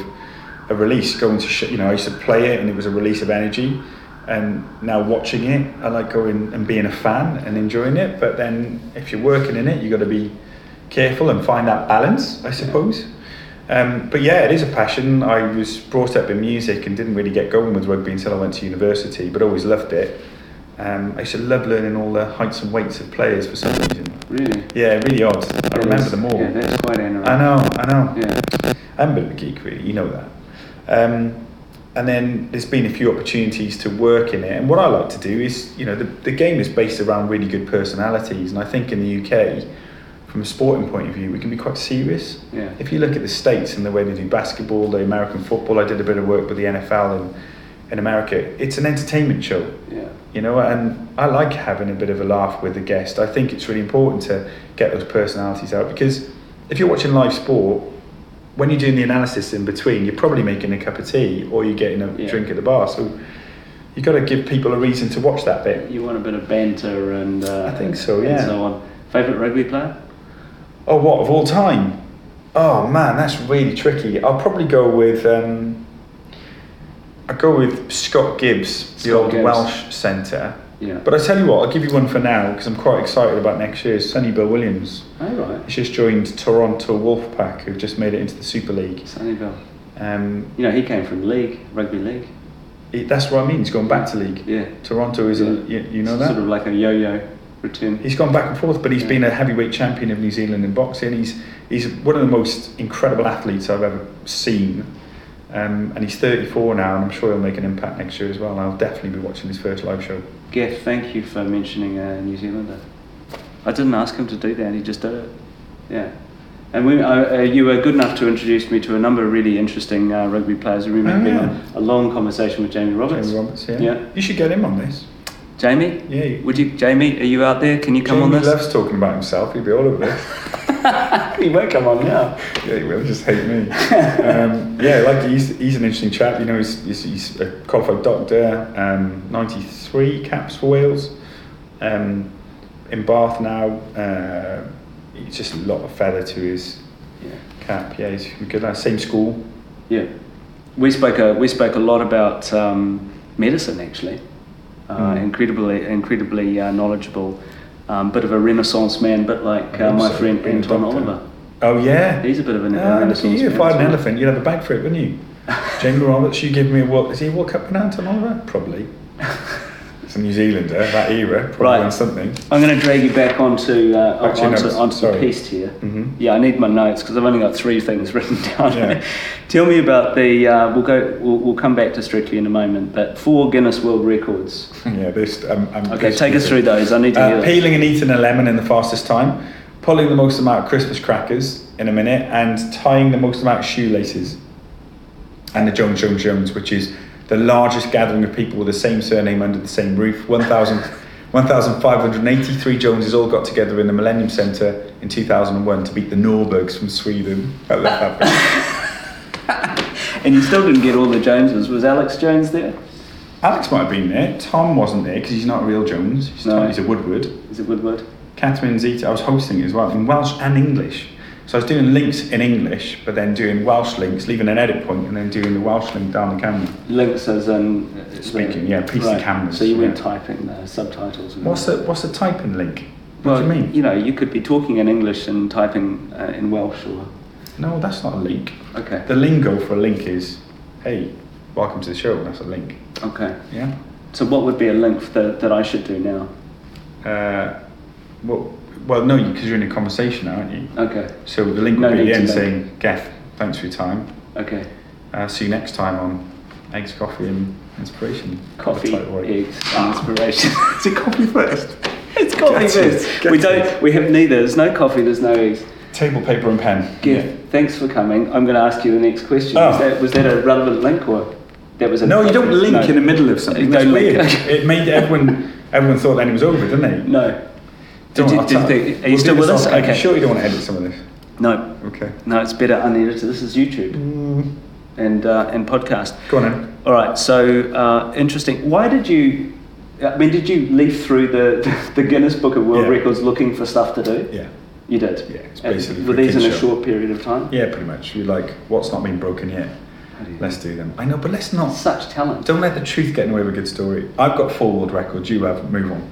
[SPEAKER 2] a release, going to sh- you know, I used to play it and it was a release of energy. And now watching it, I like going and being a fan and enjoying it. But then if you're working in it, you got to be careful and find that balance, I suppose. Um, but yeah, it is a passion. I was brought up in music and didn't really get going with rugby until I went to university, but always loved it. Um, I used to love learning all the heights and weights of players for some reason.
[SPEAKER 1] Really?
[SPEAKER 2] Yeah, really odd. I remember them all.
[SPEAKER 1] Yeah, that's quite anorak.
[SPEAKER 2] I know, I know.
[SPEAKER 1] Yeah.
[SPEAKER 2] I'm a bit of a geek, really. You know that. Um, and then there's been a few opportunities to work in it. And what I like to do is, you know, the, the game is based around really good personalities. And I think in the UK, from a sporting point of view, we can be quite serious.
[SPEAKER 1] Yeah.
[SPEAKER 2] If you look at the States and the way they do basketball, the American football, I did a bit of work with the NFL in, in America. It's an entertainment show
[SPEAKER 1] Yeah.
[SPEAKER 2] you know and i like having a bit of a laugh with the guest i think it's really important to get those personalities out because if you're watching live sport when you're doing the analysis in between you're probably making a cup of tea or you're getting a
[SPEAKER 1] Yeah.
[SPEAKER 2] drink at the bar so you've got to give people a reason to watch that bit
[SPEAKER 1] You want a bit of banter and. Uh,
[SPEAKER 2] I think so,
[SPEAKER 1] And
[SPEAKER 2] yeah.
[SPEAKER 1] so on. Favorite rugby player?
[SPEAKER 2] oh what of all time oh man that's really tricky i'll probably go with um, i'll go with scott gibbs the
[SPEAKER 1] Scott
[SPEAKER 2] old
[SPEAKER 1] Gibbs.
[SPEAKER 2] welsh centre
[SPEAKER 1] Yeah.
[SPEAKER 2] but i tell you what i'll give you one for now because i'm quite excited about next year's sonny bill williams
[SPEAKER 1] All Oh, right.
[SPEAKER 2] He's just joined Toronto Wolfpack, who've just made it into the Super League.
[SPEAKER 1] Sonny Bill.
[SPEAKER 2] Um,
[SPEAKER 1] You know, he came from league, rugby league.
[SPEAKER 2] it, that's what I mean. He's gone back to league.
[SPEAKER 1] Yeah.
[SPEAKER 2] Toronto is
[SPEAKER 1] Yeah.
[SPEAKER 2] a you, you know
[SPEAKER 1] It's
[SPEAKER 2] that.
[SPEAKER 1] Sort of like a yo-yo return.
[SPEAKER 2] He's gone back and forth, but he's
[SPEAKER 1] Yeah.
[SPEAKER 2] been a heavyweight champion of New Zealand in boxing. He's he's one of the most incredible athletes I've ever seen, um, and he's 34 now, and I'm sure he'll make an impact next year as well. And I'll definitely be watching his first live show.
[SPEAKER 1] Geoff, thank you for uh, mentioning a New Zealander. I didn't ask him to do that. He just did it. Yeah. And we, uh, uh, you were good enough to introduce me to a number of really interesting uh, rugby players. I remember
[SPEAKER 2] Oh,
[SPEAKER 1] being
[SPEAKER 2] yeah.
[SPEAKER 1] on a long conversation with Jamie Roberts.
[SPEAKER 2] Jamie Roberts, yeah.
[SPEAKER 1] Yeah.
[SPEAKER 2] You should get him on this.
[SPEAKER 1] Jamie,
[SPEAKER 2] Yeah. you-
[SPEAKER 1] would you? Jamie, are you out there? Can you come on
[SPEAKER 2] Jamie
[SPEAKER 1] this?
[SPEAKER 2] loves talking about himself. He'd be all over this.
[SPEAKER 1] he won't come on now.
[SPEAKER 2] Yeah, he will just hate me. um, yeah, like he's, he's an interesting chap. You know, he's, he's, he's a qualified doctor. Um, Ninety three caps for Wales. Um, in Bath now. Uh, he's just a lot of feather to his
[SPEAKER 1] Yeah.
[SPEAKER 2] cap. Yeah, he's a good. lad. Same school.
[SPEAKER 1] Yeah, we spoke a, we spoke a lot about um, medicine actually. Uh,
[SPEAKER 2] Mm.
[SPEAKER 1] Incredibly, incredibly uh, knowledgeable. Um, bit of a renaissance man, bit like uh, my
[SPEAKER 2] Also
[SPEAKER 1] friend
[SPEAKER 2] been a
[SPEAKER 1] Anton
[SPEAKER 2] doctor.
[SPEAKER 1] Oliver.
[SPEAKER 2] Oh yeah.
[SPEAKER 1] He's a bit of an
[SPEAKER 2] Ah, look at
[SPEAKER 1] renaissance
[SPEAKER 2] you.
[SPEAKER 1] man
[SPEAKER 2] If I
[SPEAKER 1] as
[SPEAKER 2] had an
[SPEAKER 1] well.
[SPEAKER 2] elephant, you'd have a bag for it, wouldn't you? Jamie Roberts, you give me a what? Is he a World Cup announcer, Oliver? Probably. It's a New Zealander, that era, probably
[SPEAKER 1] Right.
[SPEAKER 2] won something.
[SPEAKER 1] I'm going to drag you back onto uh,
[SPEAKER 2] Back to your
[SPEAKER 1] onto,
[SPEAKER 2] notes,
[SPEAKER 1] onto the
[SPEAKER 2] sorry.
[SPEAKER 1] piece here.
[SPEAKER 2] Mhm.
[SPEAKER 1] Yeah, I need my notes because I've only got three things written down.
[SPEAKER 2] Yeah.
[SPEAKER 1] Tell me about the. Uh, we'll go. We'll, we'll come back to strictly in a moment, but four Guinness World Records.
[SPEAKER 2] Yeah, this. Um, I'm
[SPEAKER 1] Okay, take us through those. I need to
[SPEAKER 2] Uh,
[SPEAKER 1] hear.
[SPEAKER 2] peeling and eating a lemon in the fastest time, pulling the most amount of Christmas crackers in a minute, and tying the most amount of shoelaces. And the Jones Jones Jones, which is the largest gathering of people with the same surname under the same roof. 1,000 1,583 Joneses all got together in the Millennium Centre in 2001 to beat the Norbergs from Sweden. I love that bit.
[SPEAKER 1] And you still didn't get all the Joneses. Was Alex Jones there?
[SPEAKER 2] Alex might have been there. Tom wasn't there because he's not a real Jones. He's,
[SPEAKER 1] No.
[SPEAKER 2] Tom- he's a Woodward.
[SPEAKER 1] Is it Woodward?
[SPEAKER 2] Catherine Zeta, I was hosting it as well in Welsh and English. So I was doing links in English, but then doing Welsh links, leaving an edit point, and then doing the Welsh link down the camera.
[SPEAKER 1] Links as in
[SPEAKER 2] Speaking, yeah, PC cameras,
[SPEAKER 1] So you weren't
[SPEAKER 2] yeah.
[SPEAKER 1] typing the subtitles. and-
[SPEAKER 2] What's a what's a typing link? What
[SPEAKER 1] Well,
[SPEAKER 2] do you mean?
[SPEAKER 1] know, you could be talking in English and typing uh, in Welsh, or
[SPEAKER 2] No, that's not a link.
[SPEAKER 1] okay,
[SPEAKER 2] The lingo for a link is, hey, welcome to the show. That's a link.
[SPEAKER 1] okay.
[SPEAKER 2] Yeah.
[SPEAKER 1] So what would be a link that, that I should do now?
[SPEAKER 2] Uh, well, well, no, because you're in a conversation, now, aren't you?
[SPEAKER 1] Okay,
[SPEAKER 2] So the link
[SPEAKER 1] No
[SPEAKER 2] would be at
[SPEAKER 1] need
[SPEAKER 2] the
[SPEAKER 1] to
[SPEAKER 2] end
[SPEAKER 1] link.
[SPEAKER 2] saying, Geth, thanks for your time.
[SPEAKER 1] okay.
[SPEAKER 2] Uh, see you next time on Eggs, Coffee, and Inspiration.
[SPEAKER 1] Coffee,
[SPEAKER 2] That's what it was.
[SPEAKER 1] eggs, and inspiration.
[SPEAKER 2] Is it coffee first?
[SPEAKER 1] it's coffee
[SPEAKER 2] Ah. Get it,
[SPEAKER 1] first.
[SPEAKER 2] get
[SPEAKER 1] We
[SPEAKER 2] it.
[SPEAKER 1] don't. We have neither. There's no coffee. There's no eggs.
[SPEAKER 2] Table, paper, and pen.
[SPEAKER 1] Giff, thanks for coming. I'm going to ask you the next question.
[SPEAKER 2] Oh.
[SPEAKER 1] Was, that, was that a relevant link or that was a
[SPEAKER 2] No, you don't link
[SPEAKER 1] No.
[SPEAKER 2] in the middle of something.
[SPEAKER 1] You
[SPEAKER 2] That's
[SPEAKER 1] don't link.
[SPEAKER 2] weird. it made everyone everyone thought then it was over, didn't they?
[SPEAKER 1] No.
[SPEAKER 2] Don't
[SPEAKER 1] Did you,
[SPEAKER 2] worry,
[SPEAKER 1] did you
[SPEAKER 2] I'll
[SPEAKER 1] think, are
[SPEAKER 2] tell-
[SPEAKER 1] you
[SPEAKER 2] we'll do
[SPEAKER 1] still
[SPEAKER 2] this
[SPEAKER 1] with us?
[SPEAKER 2] off-
[SPEAKER 1] Okay.
[SPEAKER 2] I'm sure you don't want to edit some of this.
[SPEAKER 1] No,
[SPEAKER 2] Okay.
[SPEAKER 1] no, it's better unedited. This is YouTube and uh, and podcast.
[SPEAKER 2] Go on then.
[SPEAKER 1] All right. So uh, interesting. Why did you? I mean, did you leaf through the, the Guinness Book of World
[SPEAKER 2] Yeah.
[SPEAKER 1] Records looking for stuff to do?
[SPEAKER 2] Yeah.
[SPEAKER 1] You did.
[SPEAKER 2] Yeah, it's
[SPEAKER 1] And
[SPEAKER 2] basically
[SPEAKER 1] were
[SPEAKER 2] for a
[SPEAKER 1] these in
[SPEAKER 2] kid's
[SPEAKER 1] a
[SPEAKER 2] show.
[SPEAKER 1] short period of time?
[SPEAKER 2] Yeah, pretty much. We like what's not been broken yet.
[SPEAKER 1] Bloody hell.
[SPEAKER 2] Let's do them. I know, but let's not.
[SPEAKER 1] Such talent.
[SPEAKER 2] Don't let the truth get in the way of a good story. I've got four world records. You have. Move on.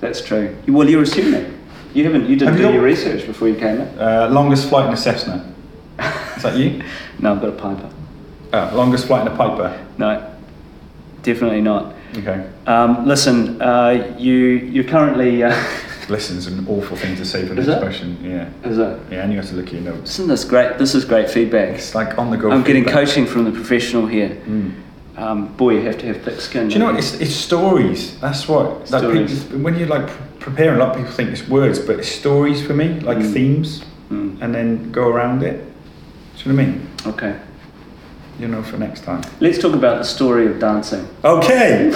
[SPEAKER 1] That's true. You- Well, you're assuming. You haven't. You didn't
[SPEAKER 2] Have you
[SPEAKER 1] do
[SPEAKER 2] not-
[SPEAKER 1] your research before you came in.
[SPEAKER 2] Uh, longest flight in a Cessna. Is that you?
[SPEAKER 1] No, I've got a piper.
[SPEAKER 2] Uh, longest flight in a Piper.
[SPEAKER 1] No, definitely not.
[SPEAKER 2] Okay.
[SPEAKER 1] Um, listen, uh, you you're currently. Uh,
[SPEAKER 2] Listen's an awful thing to say for
[SPEAKER 1] Is
[SPEAKER 2] this
[SPEAKER 1] it?
[SPEAKER 2] question. Yeah.
[SPEAKER 1] Is it?
[SPEAKER 2] Yeah, and you have to look at your notes.
[SPEAKER 1] Isn't this great? This is great feedback.
[SPEAKER 2] It's like on the go.
[SPEAKER 1] I'm getting
[SPEAKER 2] feedback.
[SPEAKER 1] coaching from the professional here.
[SPEAKER 2] Mm.
[SPEAKER 1] Um, boy, you have to have thick skin.
[SPEAKER 2] Do you know what? It's, it's stories. That's what. Like
[SPEAKER 1] Stories.
[SPEAKER 2] people, when you like pre- preparing, a lot of people think it's words, but it's stories for me, like
[SPEAKER 1] Mm.
[SPEAKER 2] themes,
[SPEAKER 1] Mm,
[SPEAKER 2] and then go around it. Do you know what I mean?
[SPEAKER 1] okay.
[SPEAKER 2] You know, for next time.
[SPEAKER 1] Let's talk about the story of dancing.
[SPEAKER 2] Okay.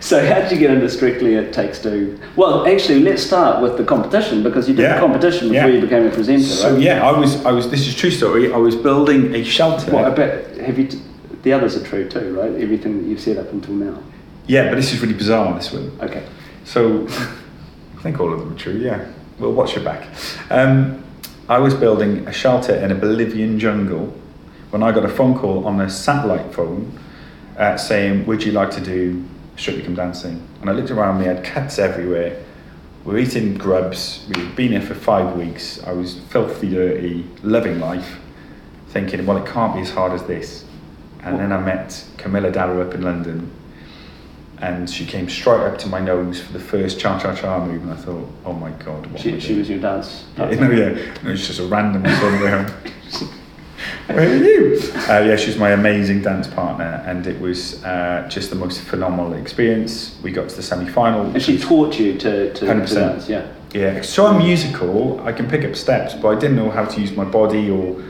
[SPEAKER 1] So, how did you get into Strictly It Takes Two? Well, actually, let's start with the competition because you did
[SPEAKER 2] Yeah.
[SPEAKER 1] the competition before
[SPEAKER 2] Yeah.
[SPEAKER 1] you became a presenter,
[SPEAKER 2] so
[SPEAKER 1] right?
[SPEAKER 2] yeah, I was. I was. This is true story. I was building a shelter.
[SPEAKER 1] Well, I bet have you? T- the others are true too, right? Everything that you've said up until now.
[SPEAKER 2] yeah, but this is really bizarre. This one.
[SPEAKER 1] Okay.
[SPEAKER 2] So, I think all of them are true, yeah. Well, watch your back. Um, I was building a shelter in a Bolivian jungle when I got a phone call on a satellite phone uh, saying, Would you like to do Strictly Come Dancing? And I looked around me, I had cats everywhere. We were eating grubs. We'd been here for five weeks. I was filthy, dirty, loving life, thinking, Well, it can't be as hard as this. And then I met Camilla Darrow up in London, and she came straight up to my nose for the first cha cha cha move, and I thought, oh my god, what am I
[SPEAKER 1] She, she
[SPEAKER 2] doing?"
[SPEAKER 1] was your dance.
[SPEAKER 2] Yeah, no, yeah, no, it's just a random one where Where are you? Uh, yeah, she's my amazing dance partner, and it was uh, just the most phenomenal experience. We got to the semi final.
[SPEAKER 1] And she taught you to, to, to
[SPEAKER 2] 100%.
[SPEAKER 1] dance, yeah.
[SPEAKER 2] Yeah, so I'm musical. I can pick up steps, but I didn't know how to use my body or,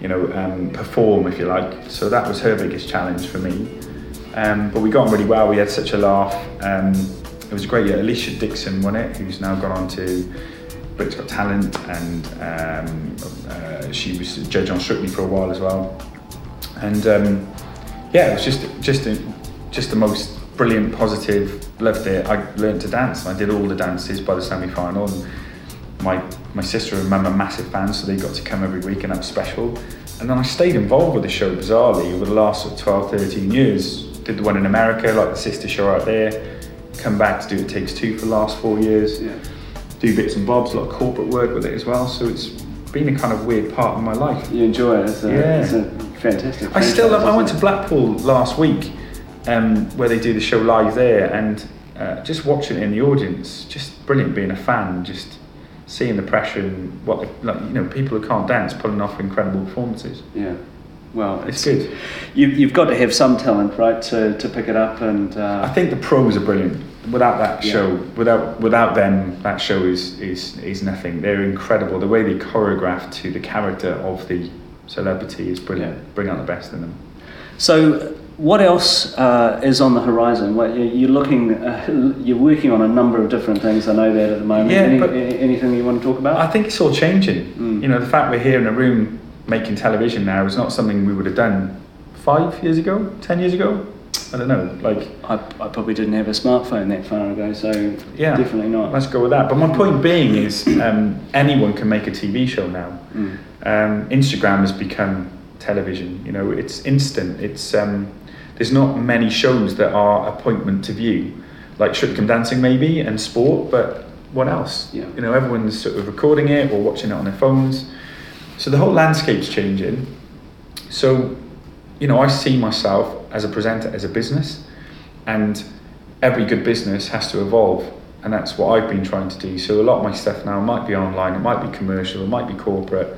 [SPEAKER 2] you know, um, perform if you like. So that was her biggest challenge for me. Um, but we got on really well. We had such a laugh. Um, it was a great year. Alicia Dixon won it, who's now gone on to Britain's Got Talent, and um, uh, she was a judge on Strictly for a while as well. And um, yeah, it was just just a, just the most brilliant, positive. Loved it. I learned to dance. and I did all the dances by the semi-final. And my my sister and mum are massive fans, so they got to come every week and have special. And then I stayed involved with the show bizarrely over the last sort of 12, 13 years. Did the one in America, like the sister show out there. Come back to do It Takes Two for the last four years. Do bits and bobs, a lot of corporate work with it as well. So it's been a kind of weird part of my life.
[SPEAKER 1] You enjoy it. It's a,
[SPEAKER 2] Yeah.
[SPEAKER 1] it's a fantastic.
[SPEAKER 2] I still love. I went to
[SPEAKER 1] franchise,
[SPEAKER 2] Blackpool last week, um, where they do the show live there, and uh, just watching it in the audience, just brilliant. Being a fan, just seeing the pressure and what like you know people who can't dance pulling off incredible performances.
[SPEAKER 1] isn't it? Yeah. Well,
[SPEAKER 2] It's good.
[SPEAKER 1] You, you've got to have some talent, right, to, to pick it up and.
[SPEAKER 2] I
[SPEAKER 1] Uh,
[SPEAKER 2] think the pros are brilliant. Without that
[SPEAKER 1] Yeah.
[SPEAKER 2] show, without without them, that show is is is nothing. They're incredible. The way they choreograph to the character of the celebrity is brilliant.
[SPEAKER 1] Yeah.
[SPEAKER 2] Bring out the best in them.
[SPEAKER 1] so, what else uh, is on the horizon? What, you- you're looking, uh, you're working on a number of different things. I know that at the moment.
[SPEAKER 2] Yeah,
[SPEAKER 1] Any,
[SPEAKER 2] but-
[SPEAKER 1] a- anything you want to talk about?
[SPEAKER 2] I think it's all changing.
[SPEAKER 1] Mm.
[SPEAKER 2] You know, the fact we're here in a room making television now is not something we would have done five years ago, ten years ago. I don't know. Like,
[SPEAKER 1] I, I probably didn't have a smartphone that far ago, so
[SPEAKER 2] yeah,
[SPEAKER 1] definitely not.
[SPEAKER 2] Let's go with that. But my point being is, um, anyone can make a TV show now.
[SPEAKER 1] Hmm.
[SPEAKER 2] Um, Instagram has become television. You know, it's instant. It's um, there's not many shows that are appointment to view, like Shotgun Dancing maybe and sport, but what else?
[SPEAKER 1] Yeah.
[SPEAKER 2] You know, everyone's sort of recording it or watching it on their phones. So the whole landscape's changing. So, you know, I see myself as a presenter as a business, and every good business has to evolve, and that's what I've been trying to do. So a lot of my stuff now might be online, it might be commercial, it might be corporate,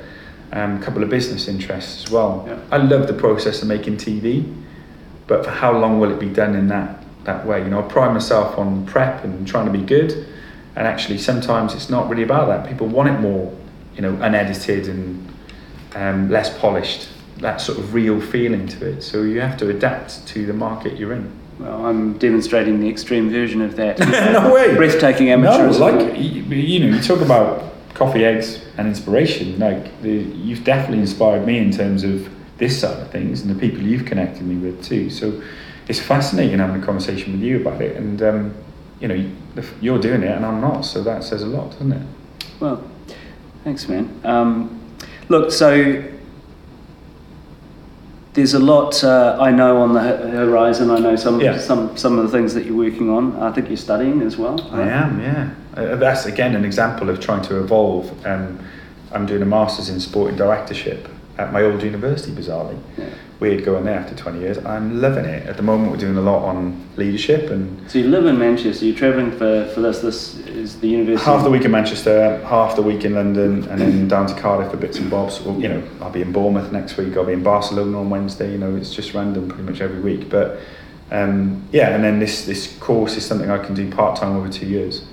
[SPEAKER 2] um, a couple of business interests as well.
[SPEAKER 1] Yeah.
[SPEAKER 2] I love the process of making TV, but for how long will it be done in that that way? You know, I pride myself on prep and trying to be good, and actually sometimes it's not really about that. People want it more, you know, unedited and um, less polished, that sort of real feeling to it. So you have to adapt to the market you're in.
[SPEAKER 1] Well, I'm demonstrating the extreme version of that.
[SPEAKER 2] No way.
[SPEAKER 1] Breathtaking
[SPEAKER 2] No,
[SPEAKER 1] amateurism.
[SPEAKER 2] like you, you know, you talk about coffee, eggs, and inspiration. Like the, you've definitely inspired me in terms of this side of things and the people you've connected me with too. So it's fascinating having a conversation with you about it, and um, you know, you're doing it and I'm not, so that says a lot, doesn't it?
[SPEAKER 1] Well, thanks, man. Um, look, so there's a lot uh, I know on the h- horizon. I know some
[SPEAKER 2] Yeah.
[SPEAKER 1] some some of the things that you're working on. I think you're studying as well.
[SPEAKER 2] I am, yeah. Uh, that's again an example of trying to evolve. Um, I'm doing a master's in sport and directorship at my old university, bizarrely.
[SPEAKER 1] Yeah.
[SPEAKER 2] Weird going there after 20 years. I'm loving it. At the moment, we're doing a lot on leadership and
[SPEAKER 1] So you live in Manchester. You're travelling for, for this. This is the university.
[SPEAKER 2] half the week in Manchester, half the week in London, and then down to Cardiff for bits and bobs. Or, you know, I'll be in Bournemouth next week. I'll be in Barcelona on Wednesday. You know, it's just random pretty much every week. But um, yeah, and then this this course is something I can do part time over two years,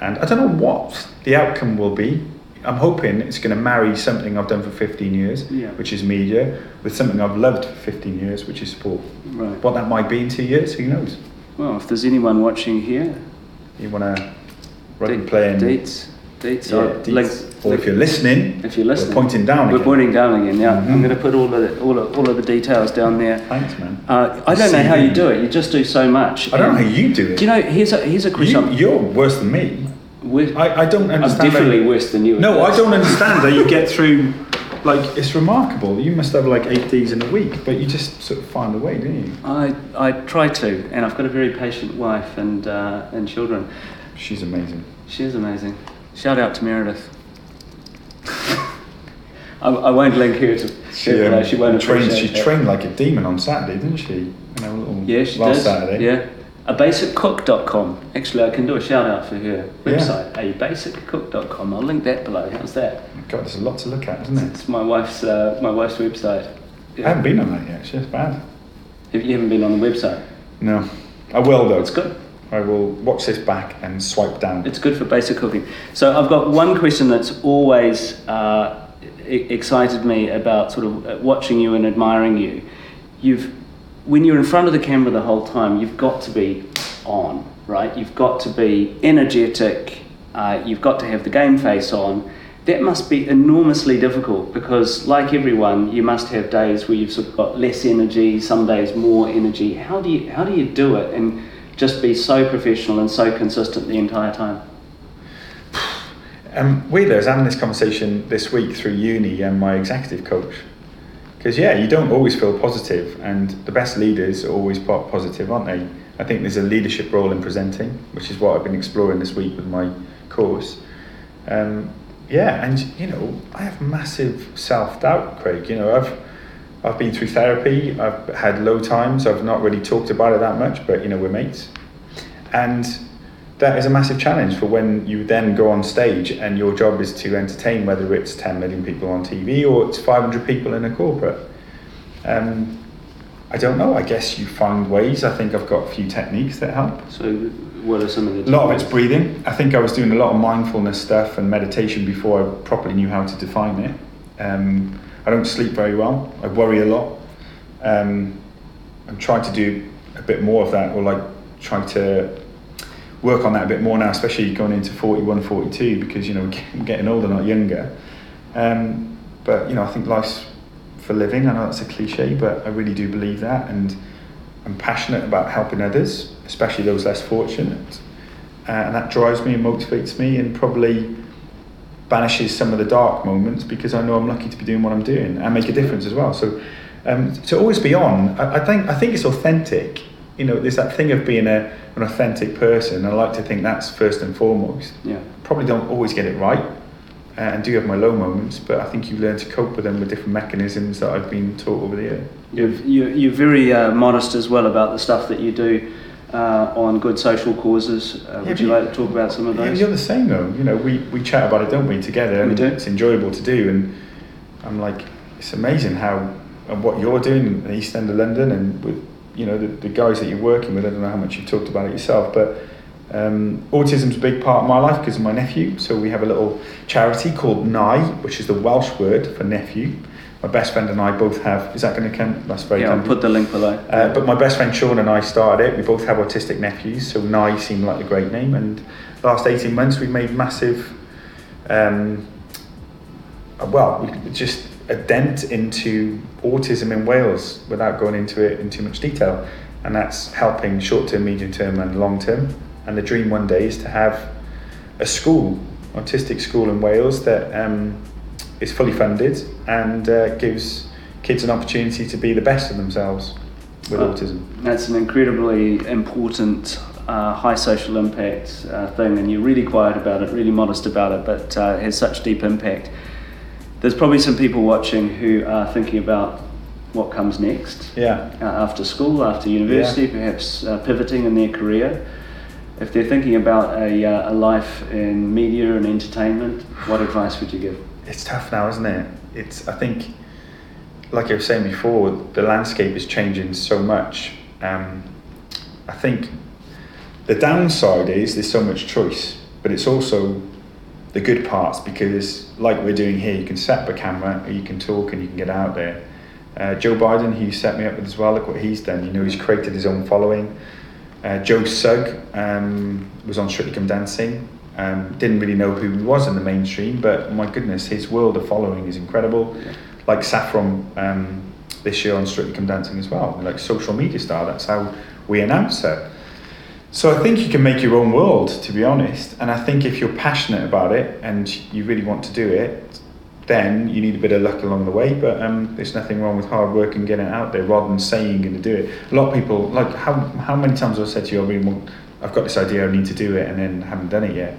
[SPEAKER 2] and I don't know what the outcome will be. I'm hoping it's going to marry something I've done for 15 years,
[SPEAKER 1] Yeah.
[SPEAKER 2] which is media, with something I've loved for 15 years, which is sport.
[SPEAKER 1] Right.
[SPEAKER 2] What that might be in two years, who knows?
[SPEAKER 1] Well, if there's anyone watching here,
[SPEAKER 2] You want to rugby
[SPEAKER 1] Deets,
[SPEAKER 2] playing?
[SPEAKER 1] Deets, Deets,
[SPEAKER 2] Yeah,
[SPEAKER 1] uh,
[SPEAKER 2] deets.
[SPEAKER 1] links-
[SPEAKER 2] or if you're listening,
[SPEAKER 1] If you're listening,
[SPEAKER 2] we're pointing down.
[SPEAKER 1] We're
[SPEAKER 2] again.
[SPEAKER 1] pointing down again. Yeah, I'm
[SPEAKER 2] Mhm.
[SPEAKER 1] going to put all of the, all of, all of the details down there.
[SPEAKER 2] Thanks, man.
[SPEAKER 1] Uh, I don't know how you do it. You just do so much.
[SPEAKER 2] I don't know how
[SPEAKER 1] And-
[SPEAKER 2] you do it.
[SPEAKER 1] Do you know? Here's a here's a question.
[SPEAKER 2] you, are worse than me.
[SPEAKER 1] We're-
[SPEAKER 2] I, I don't
[SPEAKER 1] I'm
[SPEAKER 2] understand. how
[SPEAKER 1] definitely
[SPEAKER 2] you-
[SPEAKER 1] worse than you. at
[SPEAKER 2] No, I
[SPEAKER 1] this.
[SPEAKER 2] don't understand how you get through. Like it's remarkable. You must have like eight days in a week, but you just sort of find a way, don't you?
[SPEAKER 1] I I try to, and I've got a very patient wife and uh, and children.
[SPEAKER 2] She's amazing.
[SPEAKER 1] She is amazing. Shout out to Meredith. I, I won't link her to. She, uh,
[SPEAKER 2] um,
[SPEAKER 1] she won't
[SPEAKER 2] trained. She
[SPEAKER 1] appreciate that.
[SPEAKER 2] trained like a demon on Saturday, didn't she? You know, a little-
[SPEAKER 1] Yeah, she
[SPEAKER 2] last
[SPEAKER 1] does.
[SPEAKER 2] Saturday.
[SPEAKER 1] Yeah. Abasiccook.com. Actually, I can do a shout out for her
[SPEAKER 2] Yeah.
[SPEAKER 1] website, abasiccook.com. I'll link that below. How's that?
[SPEAKER 2] God, there's a lot to look at, isn't there?
[SPEAKER 1] It's my wife's uh, my wife's website.
[SPEAKER 2] I haven't been on that yet. It's just bad.
[SPEAKER 1] Have you haven't been on the website? Oh,
[SPEAKER 2] No, I will though.
[SPEAKER 1] It's good.
[SPEAKER 2] I will watch this back and swipe down.
[SPEAKER 1] It's good for basic cooking. So I've got one question that's always uh, e- excited me about sort of uh, watching you and admiring you. You've, when you're in front of the camera the whole time, you've got to be on, right? You've got to be energetic. Uh, you've got to have the game face on. That must be enormously difficult because, like everyone, you must have days where you've sort of got less energy, some days more energy. How do you how do you do it? And just be so professional and so consistent the entire time.
[SPEAKER 2] Um, weirdly, I was having this conversation this week through uni and my executive coach. Because, yeah, you don't always feel positive, and the best leaders are always po- positive, aren't they? I think there's a leadership role in presenting, which is what I've been exploring this week with my course. Um, yeah, and you know, I have massive self doubt, Craig. You know, I've I've been through therapy. I've had low times. I've not really talked about it that much, but you know, we're mates. And that is a massive challenge for when you then go on stage and your job is to entertain, whether it's 10 million people on TV or it's 500 people in a corporate. Um, I don't know. I guess you find ways. I think I've got a few techniques that help.
[SPEAKER 1] So, what are some of the?
[SPEAKER 2] A lot of it's breathing. I think I was doing a lot of mindfulness stuff and meditation before I properly knew how to define it. Um, I don't sleep very well. I worry a lot. Um, I'm trying to do a bit more of that, or like try to work on that a bit more now, especially going into 41, 42, because you know I'm getting older, not younger. Um, but you know, I think life's for living. I know that's a cliche, but I really do believe that, and I'm passionate about helping others, especially those less fortunate, uh, and that drives me and motivates me, and probably banishes some of the dark moments because I know I'm lucky to be doing what I'm doing and make a difference as well. So um, to always be on, I, I, think I think it's authentic. You know, there's that thing of being a, an authentic person. I like to think that's first and foremost.
[SPEAKER 1] Yeah.
[SPEAKER 2] Probably don't always get it right, uh, and do have my low moments, but I think you learn to cope with them with different mechanisms that I've been taught over the year.
[SPEAKER 1] You've, you, are you are very uh, modest as well about the stuff that you do. Uh, on good social causes. Uh, yeah, would you like to talk about some of those?
[SPEAKER 2] Yeah, you're the same though. You know, we, we chat about it, don't we, together?
[SPEAKER 1] We do.
[SPEAKER 2] It's enjoyable to do, and I'm like, it's amazing how and what you're doing in the East End of London, and with you know the, the guys that you're working with. I don't know how much you've talked about it yourself, but. Um, autism's a big part of my life because of my nephew. So we have a little charity called Nai, which is the Welsh word for nephew my best friend and I both have. Is that going to come? That's very.
[SPEAKER 1] Yeah,
[SPEAKER 2] tempting.
[SPEAKER 1] I'll put the link below.
[SPEAKER 2] Uh, but my best friend Sean and I started it. We both have autistic nephews, so Nye seemed like a great name. And last eighteen months, we've made massive, um, well, just a dent into autism in Wales without going into it in too much detail, and that's helping short term, medium term, and long term. And the dream one day is to have a school, autistic school in Wales that. Um, is fully funded and uh, gives kids an opportunity to be the best of themselves with
[SPEAKER 1] Well,
[SPEAKER 2] autism.
[SPEAKER 1] That's an incredibly important, uh, high social impact uh, thing, and you're really quiet about it, really modest about it, but uh, it has such deep impact. There's probably some people watching who are thinking about what comes next
[SPEAKER 2] Yeah.
[SPEAKER 1] uh, after school, after university, perhaps uh, pivoting in their career. If they're thinking about a, uh, a life in media and entertainment, what advice would you give?
[SPEAKER 2] It's tough now, isn't it? It's I think like I was saying before, the landscape is changing so much. Um, I think the downside is there's so much choice, but it's also the good parts because, like we're doing here, you can set up a camera, you can talk, and you can get out there. Uh, Joe Biden, who you set me up with as well, look what he's done. You know, he's created his own following. Uh, Joe Sugg um, was on Strictly Come Dancing. Um, didn't really know who he was in the mainstream, but my goodness, his world of following is incredible like Saffron um, this year on Strictly Come Dancing as well, like social media style. That's how we announce it. So I think you can make your own world, to be honest. And I think if you're passionate about it and you really want to do it, then you need a bit of luck along the way. But um, there's nothing wrong with hard work and getting it out there rather than saying you're going to do it. A lot of people, like how how many times have I said to you, I really want, I've got this idea, I need to do it, and then haven't done it yet.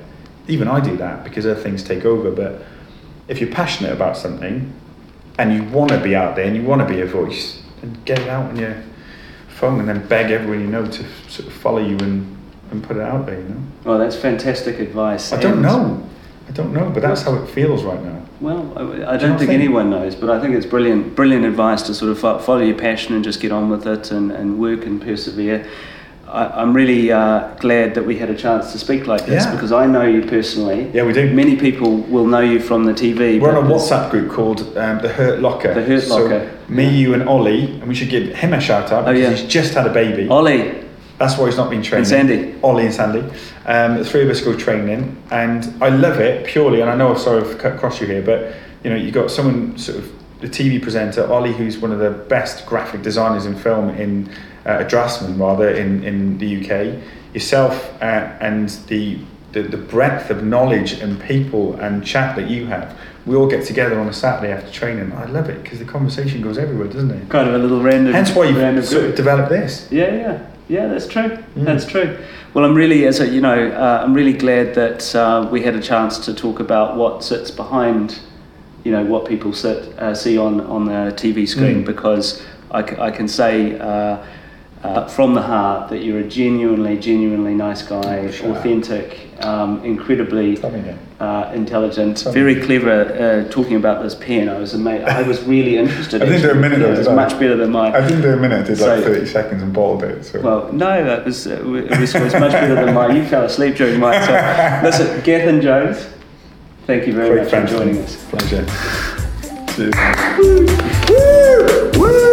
[SPEAKER 2] Even I do that because other things take over. But if you're passionate about something, and you want to be out there and you want to be a voice, then get it out on your phone and then beg everyone you know to sort of follow you and, and put it out there, you know?
[SPEAKER 1] Well, that's fantastic advice.
[SPEAKER 2] I don't
[SPEAKER 1] and-
[SPEAKER 2] know. I don't know, but that's how it feels right now.
[SPEAKER 1] Well, I, I
[SPEAKER 2] Do you
[SPEAKER 1] don't
[SPEAKER 2] not
[SPEAKER 1] think
[SPEAKER 2] think-
[SPEAKER 1] anyone knows, but I think it's brilliant, brilliant advice to sort of fo- follow your passion and just get on with it and, and work and persevere. Uh, I, I'm really uh, glad that we had a chance to speak like this
[SPEAKER 2] Yeah.
[SPEAKER 1] because I know you personally.
[SPEAKER 2] Yeah, we do.
[SPEAKER 1] Many people will know you from the TV.
[SPEAKER 2] We're on
[SPEAKER 1] but
[SPEAKER 2] a
[SPEAKER 1] it's-
[SPEAKER 2] WhatsApp group called um, The Hurt Locker.
[SPEAKER 1] The Hurt Locker.
[SPEAKER 2] So me, you, and Ollie, and we should give him a shout out
[SPEAKER 1] Oh,
[SPEAKER 2] because
[SPEAKER 1] yeah.
[SPEAKER 2] he's just had a baby.
[SPEAKER 1] Ollie,
[SPEAKER 2] That's why he's not been training.
[SPEAKER 1] Sandy.
[SPEAKER 2] Ollie and Sandy. Um, the three of us go training, and I love it purely. And I know, sorry, I've cut across you here, but you know, you got someone sort of the TV presenter Ollie, who's one of the best graphic designers in film in uh, a draftsman rather in in the UK. Yourself uh, and the, the the breadth of knowledge and people and chat that you have. We all get together on a Saturday after training. I love it because the conversation goes everywhere, doesn't it?
[SPEAKER 1] kind of a little random.
[SPEAKER 2] Hence why
[SPEAKER 1] random
[SPEAKER 2] you've sort
[SPEAKER 1] group.
[SPEAKER 2] of developed this.
[SPEAKER 1] Yeah, yeah, yeah. That's true.
[SPEAKER 2] Mm.
[SPEAKER 1] That's true. Well, I'm really, as a, you know, uh, I'm really glad that uh, we had a chance to talk about what sits behind, you know, what people sit uh, see on on the TV screen
[SPEAKER 2] Mm.
[SPEAKER 1] because I, c- I can say. Uh, uh, from the heart, that you're a genuinely, genuinely nice guy,
[SPEAKER 2] Sure.
[SPEAKER 1] authentic, um, incredibly
[SPEAKER 2] Tell me again.
[SPEAKER 1] uh, intelligent, very clever. Uh, talking about this pen, I was amazed. I was really interested.
[SPEAKER 2] I didn't do a
[SPEAKER 1] actually.
[SPEAKER 2] minute
[SPEAKER 1] Yeah,
[SPEAKER 2] of
[SPEAKER 1] it
[SPEAKER 2] it,
[SPEAKER 1] was
[SPEAKER 2] did I?
[SPEAKER 1] much better than mine.
[SPEAKER 2] I didn't do a minute. I did like
[SPEAKER 1] So-
[SPEAKER 2] 30 seconds and bottled it. So.
[SPEAKER 1] Well, no, that was uh, it was, it was much better than mine. You fell asleep during mine. So, listen, Gethin Jones, thank you very
[SPEAKER 2] Great
[SPEAKER 1] much for
[SPEAKER 2] friends.
[SPEAKER 1] joining us.
[SPEAKER 2] Pleasure. Cheers.
[SPEAKER 1] Woo! Woo!